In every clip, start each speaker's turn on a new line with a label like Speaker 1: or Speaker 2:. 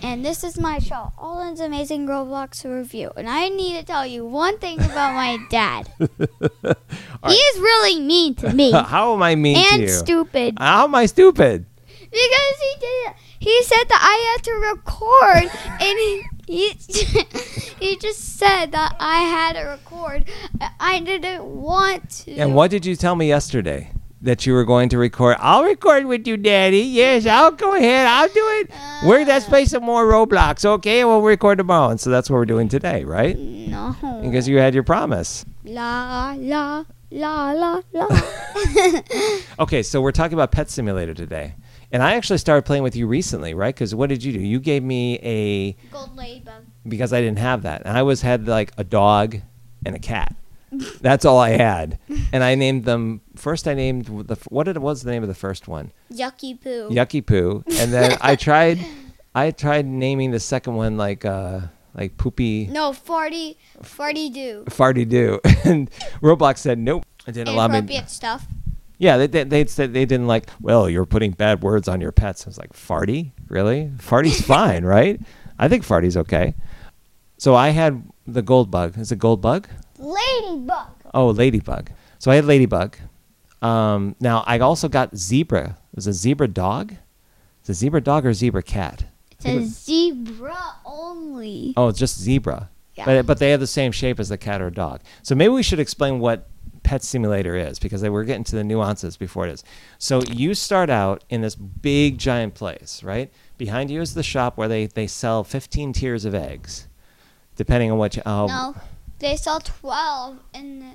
Speaker 1: this is my show, Alden's Amazing Roblox Review. And I need to tell you one thing about my dad. He is really mean to me
Speaker 2: How am I mean to you?
Speaker 1: and stupid.
Speaker 2: How am I stupid?
Speaker 1: Because he did. He said that I had to record, and he he, he just said that I had to record. I didn't want to.
Speaker 2: And what did you tell me yesterday? That you were going to record. I'll record with you, Daddy. Yes, I'll go ahead. I'll do it. we're let's play some more Roblox, okay? We'll record tomorrow. And so that's what we're doing today, right?
Speaker 1: No.
Speaker 2: Because you had your promise.
Speaker 1: La la la la la.
Speaker 2: Okay, so we're talking about Pet Simulator today. And I actually started playing with you recently, right? Because what did you do? You gave me a
Speaker 1: Gold ladybug.
Speaker 2: because I didn't have that. And I always had like a dog and a cat. That's all I had. And I named them first. I named the what did, what was the name of the first one?
Speaker 1: Yucky poo.
Speaker 2: Yucky Poo. And then I tried, I tried naming the second one like uh like Poopy
Speaker 1: No, farty farty do.
Speaker 2: Farty Doo. And Roblox said nope. It didn't allow me.
Speaker 1: Inappropriate stuff.
Speaker 2: Yeah, they they they said they didn't like. Well, you're putting bad words on your pets. I was like, Farty, really? Farty's fine, right? I think Farty's okay. So I had the gold bug. Is it gold bug?
Speaker 1: Ladybug.
Speaker 2: Oh, Ladybug. So I had Ladybug. Um, now I also got Zebra. It was a zebra dog. It's a zebra dog or zebra cat.
Speaker 1: It's
Speaker 2: Mm-hmm.
Speaker 1: a zebra only.
Speaker 2: Oh, it's just zebra.
Speaker 1: Yeah.
Speaker 2: But but they have the same shape as the cat or dog. So maybe we should explain what Pet Simulator is because they- we're getting to the nuances before it is. So you start out in this big giant place, right? Behind you is the shop where they, they sell 15 tiers of eggs, depending on what you. Oh,
Speaker 1: No, they sell twelve in the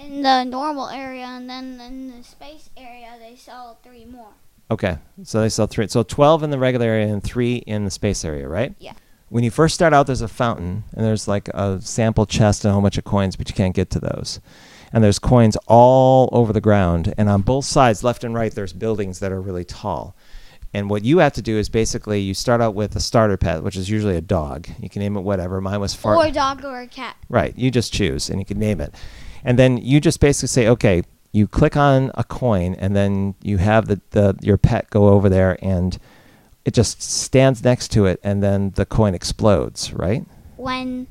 Speaker 1: in the normal area, and then in the space area they sell three more.
Speaker 2: Okay, so they sell three. So twelve in the regular area and three in the space area, right?
Speaker 1: Yeah.
Speaker 2: When you first start out, there's a fountain and there's like a sample chest and a whole bunch of coins, but you can't get to those. And there's coins all over the ground, and on both sides, left and right, there's buildings that are really tall. And what you have to do is basically you start out with a starter pet, which is usually a dog. You can name it whatever. Mine was Fart.
Speaker 1: Or a dog or a cat.
Speaker 2: Right. You just choose and you can name it. And then you just basically say, okay, you click on a coin and then you have the, the your pet go over there and it just stands next to it and then the coin explodes, right?
Speaker 1: When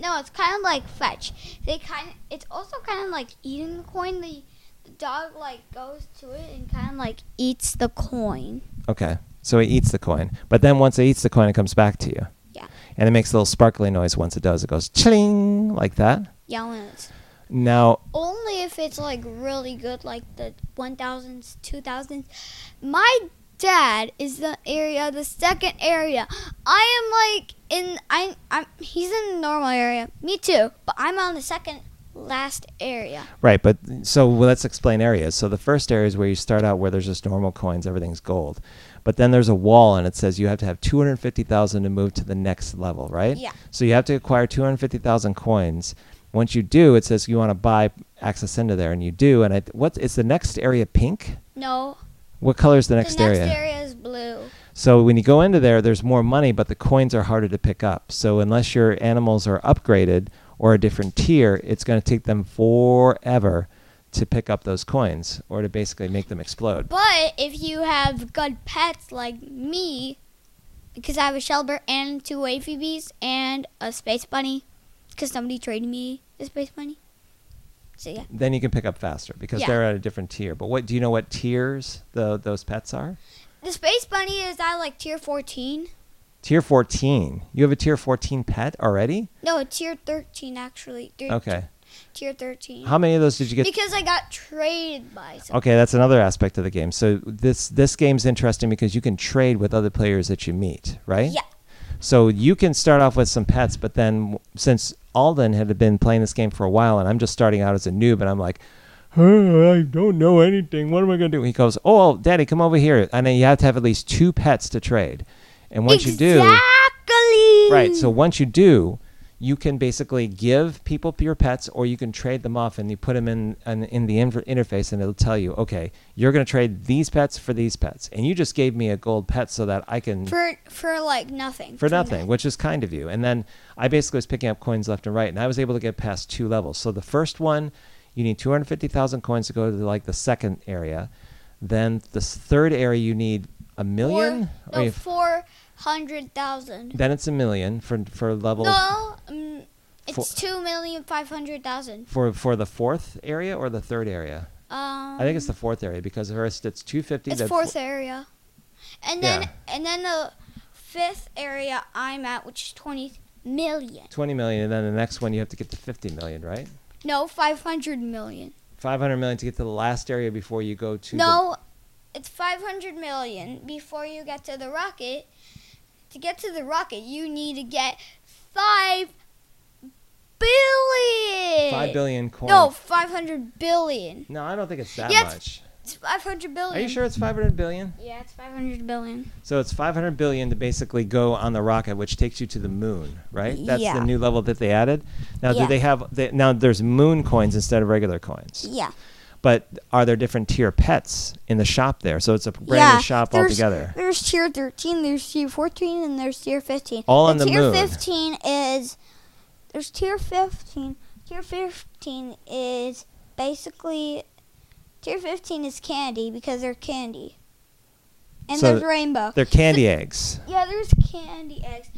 Speaker 1: no, it's kind of like fetch. They kind of, it's also kind of like eating the coin. The, the dog like goes to it and kind of like eats the coin.
Speaker 2: Okay. So it eats the coin. But then once it eats the coin it comes back to you.
Speaker 1: Yeah,
Speaker 2: And it makes a little sparkly noise once it does. It goes chling like that.
Speaker 1: yeah. When it's
Speaker 2: Now
Speaker 1: only if it's like really good, like the 1000s, 2000s. My dad is the area, the second area. I am like in I I'm he's in the normal area. Me too, but I'm on the second last area.
Speaker 2: Right, but so well, let's explain areas. So the first area is where you start out where there's just normal coins, everything's gold. But then there's a wall and it says you have to have 250,000 to move to the next level, right?
Speaker 1: Yeah.
Speaker 2: So you have to acquire 250,000 coins. Once you do, it says you want to buy access into there and you do and I what is the next area pink?
Speaker 1: No.
Speaker 2: What color is the next,
Speaker 1: the next
Speaker 2: area?
Speaker 1: area. is blue.
Speaker 2: So when you go into there, there's more money, but the coins are harder to pick up. So unless your animals are upgraded or a different tier, it's going to take them forever to pick up those coins or to basically make them explode.
Speaker 1: But if you have good pets like me, because I have a Shelbert and two Wavybees and a space bunny, because somebody traded me the space bunny. So yeah.
Speaker 2: Then you can pick up faster because
Speaker 1: Yeah.
Speaker 2: they're at a different tier. But what do you know what tiers the, those pets are?
Speaker 1: The space bunny is at like tier 14.
Speaker 2: Tier 14. You have a tier 14 pet already?
Speaker 1: No, tier 13 actually. Tier,
Speaker 2: Okay.
Speaker 1: Tier 13.
Speaker 2: How many of those did you get?
Speaker 1: because I got traded by some.
Speaker 2: Okay, that's another aspect of the game. So this this game's interesting because you can trade with other players that you meet, right?
Speaker 1: Yeah.
Speaker 2: So you can start off with some pets, but then w- since Alden had been playing this game for a while, and I'm just starting out as a noob, and I'm like, "Huh, I don't know anything. What am I gonna do? He goes, "Oh, Daddy, come over here," and then you have to have at least two pets to trade, and once you do,
Speaker 1: Exactly.
Speaker 2: Right. So once you do, you can basically give people your pets, or you can trade them off, and you put them in in, in the inver- interface, and it'll tell you, okay, you're going to trade these pets for these pets, and you just gave me a gold pet so that I can for,
Speaker 1: For for like nothing.
Speaker 2: nothing, which is kind of you. And then I basically was picking up coins left and right, and I was able to get past two levels. So the first one, you need 250,000 coins to go to like the second area. Then the s- third area, you need a
Speaker 1: Four,
Speaker 2: million.
Speaker 1: no,
Speaker 2: you-
Speaker 1: 400,000 hundred thousand.
Speaker 2: Then it's a million for for level
Speaker 1: No, um, it's
Speaker 2: Four-
Speaker 1: two million five hundred thousand.
Speaker 2: for for the fourth area or the third area.
Speaker 1: Um,
Speaker 2: I think it's the fourth area because first it's two fifty.
Speaker 1: it's fourth area, and then
Speaker 2: Yeah.
Speaker 1: and then the fifth area I'm at, which is twenty million.
Speaker 2: twenty million, and then the next one you have to get to fifty million, right?
Speaker 1: No, five hundred million.
Speaker 2: Five hundred million to get to the last area before you go to.
Speaker 1: No, it's five hundred million before you get to the rocket. To get to the rocket, you need to get five
Speaker 2: the
Speaker 1: billion.
Speaker 2: five billion coins.
Speaker 1: No, five hundred billion.
Speaker 2: No, I don't think it's that
Speaker 1: Yeah, it's-
Speaker 2: much.
Speaker 1: It's five hundred billion.
Speaker 2: Are you sure it's five hundred billion?
Speaker 1: Yeah, it's 500 billion.
Speaker 2: So it's 500 billion to basically go on the rocket, which takes you to the moon, right? That's
Speaker 1: Yeah.
Speaker 2: the new level that they added. Now,
Speaker 1: Yeah.
Speaker 2: do they have they, now? There's moon coins instead of regular coins,
Speaker 1: Yeah.
Speaker 2: but are there different tier pets in the shop there? So it's a brand
Speaker 1: yeah,
Speaker 2: new shop
Speaker 1: there's,
Speaker 2: altogether.
Speaker 1: There's tier 13, there's tier 14, and there's tier 15.
Speaker 2: All on the
Speaker 1: tier
Speaker 2: moon.
Speaker 1: 15 is. There's tier 15. Tier 15 is basically. Tier 15 is candy because they're candy. And
Speaker 2: So
Speaker 1: there's rainbow.
Speaker 2: They're candy eggs.
Speaker 1: Yeah, there's candy eggs.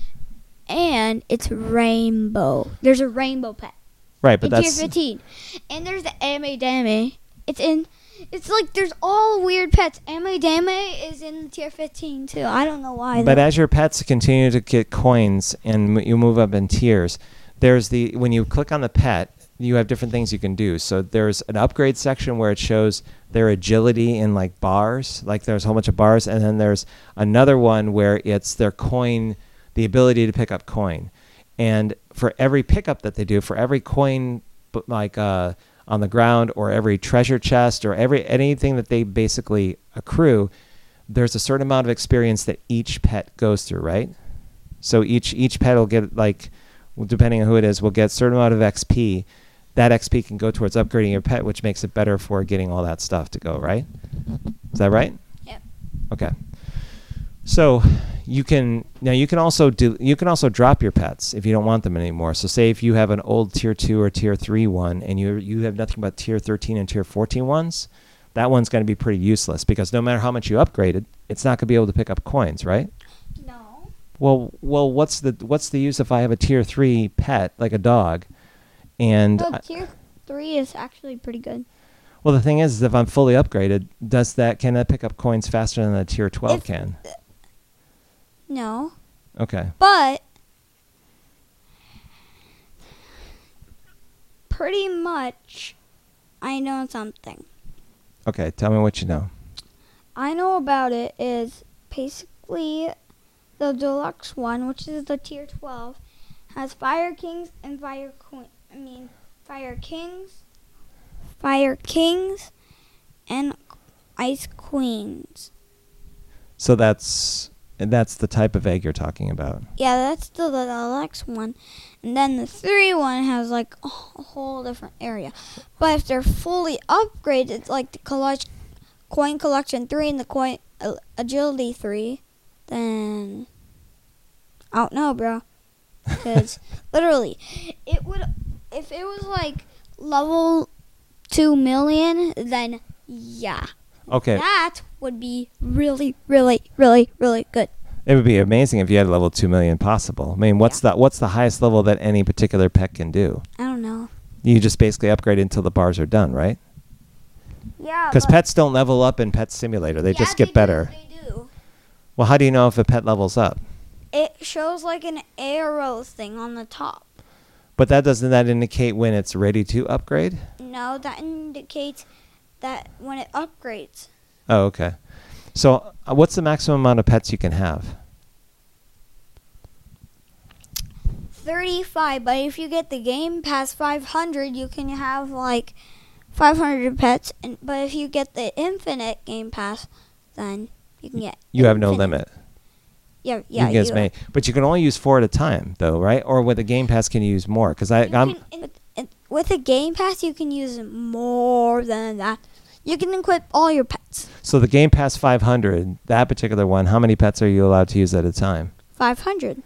Speaker 1: And it's rainbow. There's a rainbow pet.
Speaker 2: Right, but
Speaker 1: in tier
Speaker 2: that's
Speaker 1: 15. And there's the Ame Dame. It's in. It's like there's all weird pets. Ame Dame is in tier 15 too. I don't know why.
Speaker 2: But
Speaker 1: though.
Speaker 2: as your pets continue to get coins and m- you move up in tiers, there's the when you click on the pet, you have different things you can do. So there's an upgrade section where it shows their agility in like bars, like there's a whole bunch of bars, and then there's another one where it's their coin, the ability to pick up coin, and for every pickup that they do, for every coin b- like uh, on the ground or every treasure chest or every anything that they basically accrue, there's a certain amount of experience that each pet goes through, right? So each each pet will get like, well, depending on who it is, will get a certain amount of XP. That XP can go towards upgrading your pet, which makes it better for getting all that stuff to go right. Is that right?
Speaker 1: Yep.
Speaker 2: Okay. So you can now you can also do you can also drop your pets if you don't want them anymore. So say if you have an old tier two or tier three one and you you have nothing but tier thirteen and tier 14 ones, that one's going to be pretty useless because no matter how much you upgraded, it's not going to be able to pick up coins, right?
Speaker 1: no.
Speaker 2: Well, well, what's the what's the use if I have a tier three pet like a dog, and
Speaker 1: Well,
Speaker 2: I-
Speaker 1: tier 3 is actually pretty good.
Speaker 2: well, the thing is, is if I'm fully upgraded, does that can that pick up coins faster than a tier twelve
Speaker 1: If-
Speaker 2: can?
Speaker 1: No.
Speaker 2: Okay.
Speaker 1: But. Pretty much, I know something.
Speaker 2: Okay. Tell me what you know.
Speaker 1: I know about it is basically the deluxe one, which is the tier 12, has fire kings and fire queen. I mean, fire kings, fire kings, and ice queens.
Speaker 2: So that's that's the type of egg you're talking about.
Speaker 1: Yeah, that's the the deluxe one, and then the three one has like a wh- whole different area. But if they're fully upgraded, it's like the collect, coin collection three and the coin uh, agility three, then I don't know, bro. Because literally, it would if it was like level two million, then yeah,
Speaker 2: Okay.
Speaker 1: that would be really, really, really, really good.
Speaker 2: It would be amazing if you had level two million possible. I mean, what's the what's the highest level that any particular pet can do?
Speaker 1: I don't know.
Speaker 2: You just basically upgrade until the bars are done, right?
Speaker 1: Yeah,
Speaker 2: Because pets don't level up in Pet Simulator; they just get better. Well, how do you know if a pet levels up?
Speaker 1: It shows like an arrow thing on the top.
Speaker 2: But that doesn't that indicate when it's ready to upgrade?
Speaker 1: No, that indicates that when it upgrades.
Speaker 2: Oh, okay. So, uh, what's the maximum amount of pets you can have?
Speaker 1: 35, but if you get the game past 500, you can have like 500 pets. And, but if you get the infinite game pass, then you can get.
Speaker 2: You have no
Speaker 1: infinite-
Speaker 2: limit.
Speaker 1: Yeah,
Speaker 2: You
Speaker 1: yeah.
Speaker 2: can get as many, but you can only use four at a time, though, right? Or with a Game Pass, can you use more? Because I,
Speaker 1: You
Speaker 2: I'm
Speaker 1: can- in- in- with a game pass, you can use more than that. You can equip all your pets.
Speaker 2: so the Game Pass 500, that particular one. How many pets are you allowed to use at a time?
Speaker 1: 500.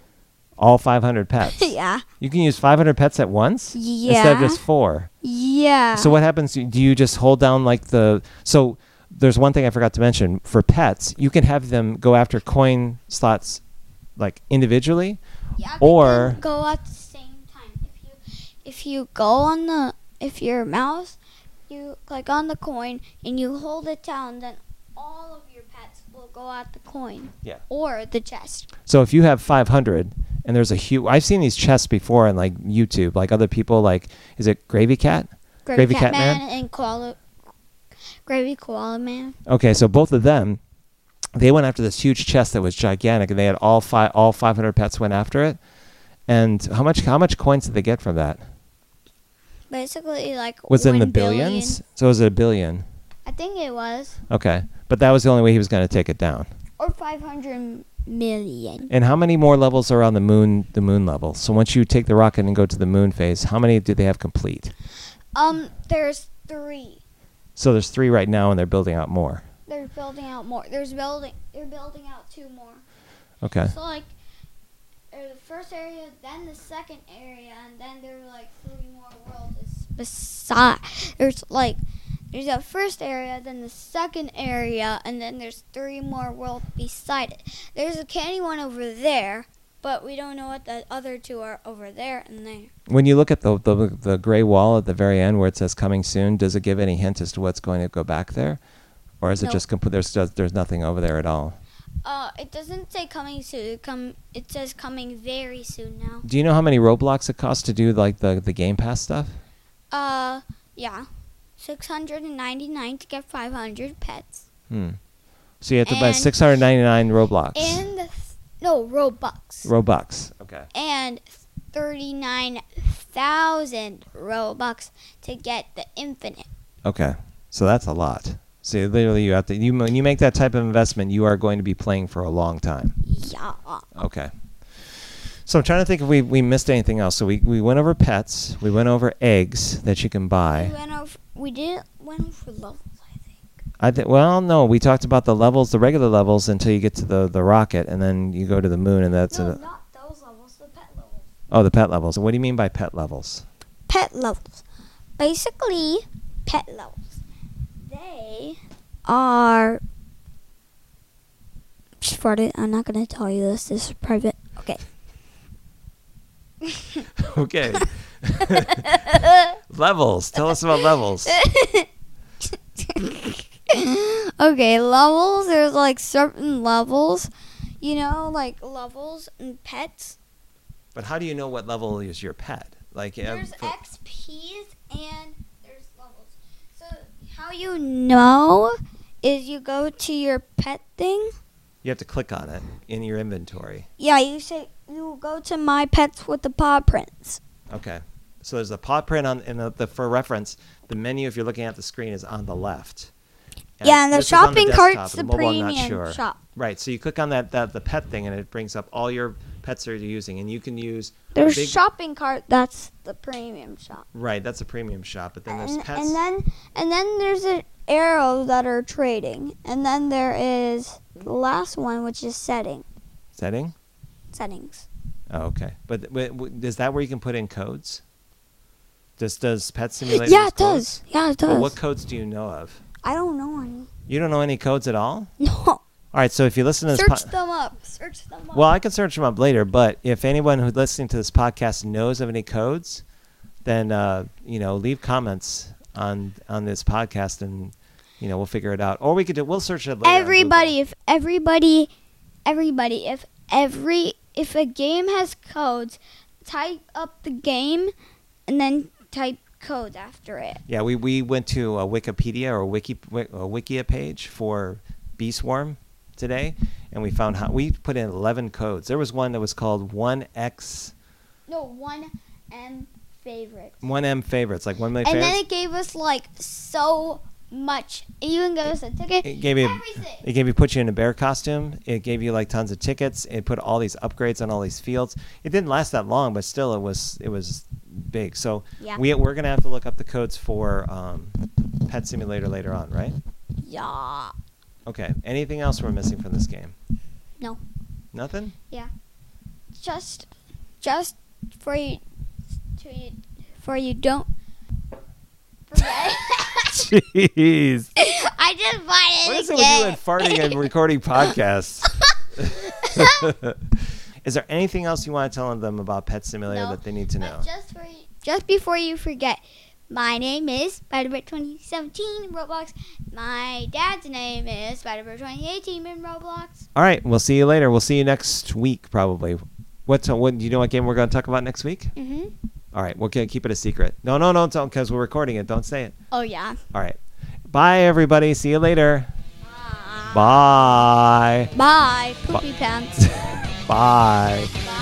Speaker 2: All 500 pets.
Speaker 1: yeah.
Speaker 2: You can use 500 pets at once instead of
Speaker 1: Yeah.
Speaker 2: just four.
Speaker 1: Yeah.
Speaker 2: So what happens? Do you just hold down like the? So there's one thing I forgot to mention for pets. You can have them go after coin slots like individually.
Speaker 1: Yeah, but
Speaker 2: Or-
Speaker 1: then go at the same time. If you if you go on the if your mouse you click on the coin and you hold it down, then all of your pets will go at the coin.
Speaker 2: Yeah.
Speaker 1: Or the chest.
Speaker 2: So if you have 500 and there's a huge, I've seen these chests before on like YouTube, like other people, like is it Gravy Cat?
Speaker 1: Gravy,
Speaker 2: Gravy
Speaker 1: Cat,
Speaker 2: Cat Man?
Speaker 1: Man, and Koala Gravy Koala Man.
Speaker 2: Okay, so both of them, they went after this huge chest that was gigantic, and they had all five, all 500 pets went after it. And how much, how much coins did they get from that?
Speaker 1: Basically like
Speaker 2: Was it in the
Speaker 1: one billion.
Speaker 2: billions? So it was a billion.
Speaker 1: I think it was.
Speaker 2: Okay, but that was the only way he was going to take it down.
Speaker 1: Or five hundred million.
Speaker 2: And how many more levels are on the moon? The moon level. So once you take the rocket and go to the moon phase, how many do they have complete?
Speaker 1: Um, there's three.
Speaker 2: So there's three right now, and they're building out more.
Speaker 1: They're building out more. There's building. They're building out two more.
Speaker 2: Okay.
Speaker 1: So like, there's the first area, then the second area, and then there were like three more worlds. Beside, there's like, there's a first area, then the second area, and then there's three more worlds beside it. There's a candy one over there, but we don't know what the other two are over there and there.
Speaker 2: When you look at the, the the gray wall at the very end where it says "coming soon," does it give any hint as to what's going to go back there, or is it
Speaker 1: No.
Speaker 2: just complete? There's just- there's nothing over there at all.
Speaker 1: Uh, it doesn't say coming soon. It come, it says coming very soon now.
Speaker 2: Do you know how many Roblox it costs to do like the the Game Pass stuff?
Speaker 1: Uh, yeah. 699 to get 500 pets.
Speaker 2: Hmm. So you have to buy
Speaker 1: And-
Speaker 2: 699 Roblox.
Speaker 1: And, th- no, Robux.
Speaker 2: Robux. Okay.
Speaker 1: and 39,000 Robux to get the infinite.
Speaker 2: Okay. So that's a lot. So literally, you have to you when you make that type of investment, you are going to be playing for a long time.
Speaker 1: Yeah.
Speaker 2: Okay. So I'm trying to think if we, we missed anything else. So we, we went over pets. We went over eggs that you can
Speaker 1: We
Speaker 2: buy.
Speaker 1: went over, we did went over levels, I think.
Speaker 2: I th- well, no, we talked about the levels, the regular levels, until you get to the, the rocket, and then you go to the moon, and that's
Speaker 1: no,
Speaker 2: a,
Speaker 1: not those levels, the pet levels.
Speaker 2: oh the pet levels. And what do you mean by pet levels?
Speaker 1: Pet levels. Basically, pet levels. They are. Just farted. I'm not going to tell you this. This is private. Okay.
Speaker 2: okay, levels. Tell us about levels.
Speaker 1: okay, levels. There's like certain levels, you know, like levels and pets.
Speaker 2: But how do you know what level is your pet? Like uh,
Speaker 1: There's
Speaker 2: for-
Speaker 1: XPs and there's levels. So how you know is you go to your pet thing.
Speaker 2: you have to click on it in your inventory.
Speaker 1: Yeah, you say you go to my pets with the paw prints.
Speaker 2: Okay. So there's a paw print on, and the, the, for reference, the menu, if you're looking at the screen, is on the left.
Speaker 1: yeah, and the
Speaker 2: this is on
Speaker 1: shopping
Speaker 2: desktop,
Speaker 1: cart's the
Speaker 2: and mobile, I'm not
Speaker 1: premium
Speaker 2: sure.
Speaker 1: shop.
Speaker 2: Right. So you click on that, that the pet thing, and it brings up all your pets that you're using, and you can use. a
Speaker 1: There's
Speaker 2: big-
Speaker 1: shopping cart. That's the premium shop.
Speaker 2: Right. That's a premium shop, but then there's
Speaker 1: and,
Speaker 2: pets.
Speaker 1: and then and then there's an arrow that are trading and then there is the last one which is setting
Speaker 2: setting.
Speaker 1: settings
Speaker 2: Oh, okay. But w- w- is that where you can put in codes? Does does Pet Simulator?
Speaker 1: yeah
Speaker 2: use
Speaker 1: it
Speaker 2: codes?
Speaker 1: does yeah it does
Speaker 2: Well, what codes do you know of?
Speaker 1: i don't know any
Speaker 2: You don't know any codes at all.
Speaker 1: no
Speaker 2: All right. So if you listen to this,
Speaker 1: search
Speaker 2: po-
Speaker 1: them up search them up
Speaker 2: Well, I can search them up later, but if anyone who's listening to this podcast knows of any codes, then uh, you know, leave comments on on this podcast, and you know, we'll figure it out, or we could do we'll search it later. on Google.
Speaker 1: everybody if everybody everybody if every if a game has codes type up the game and then type codes after it
Speaker 2: Yeah, we, we went to a Wikipedia or Wiki Wik- a Wikia page for Bee Swarm today, and we found how we put in eleven codes. There was one that was called one X
Speaker 1: no one m favorite
Speaker 2: one M favorites, like one million
Speaker 1: and
Speaker 2: favorites.
Speaker 1: then it gave us like so much. It even gave us a ticket.
Speaker 2: It gave you.
Speaker 1: everything.
Speaker 2: It gave you put you in a bear costume. It gave you like tons of tickets. It put all these upgrades on all these fields. It didn't last that long, but still, it was it was big. So
Speaker 1: Yeah.
Speaker 2: we we're gonna have to look up the codes for um, Pet Simulator later on, right?
Speaker 1: yeah.
Speaker 2: Okay. Anything else we're missing from this game?
Speaker 1: No.
Speaker 2: Nothing.
Speaker 1: Just, just for you, to you, for you don't. Forget.
Speaker 2: Jeez.
Speaker 1: I just bought it
Speaker 2: What is it with you
Speaker 1: again.
Speaker 2: and farting and recording podcasts? Is there anything else you want to tell them about Pet Simulator
Speaker 1: No,
Speaker 2: that they need to know?
Speaker 1: But just for just before you forget, my name is Spiderbird 2017 Roblox. My dad's name is Spiderbird 2018 in Roblox.
Speaker 2: All right, we'll see you later. We'll see you next week probably. What's what? Do you know what game we're going to talk about next week?
Speaker 1: Mhm.
Speaker 2: All right, we'll ke- keep it a secret. No, no, no, don't because we're recording it. Don't say it.
Speaker 1: Oh yeah.
Speaker 2: All right, bye everybody. See you later. Bye.
Speaker 1: Bye. Poopy pants.
Speaker 2: Bye.
Speaker 1: Bye.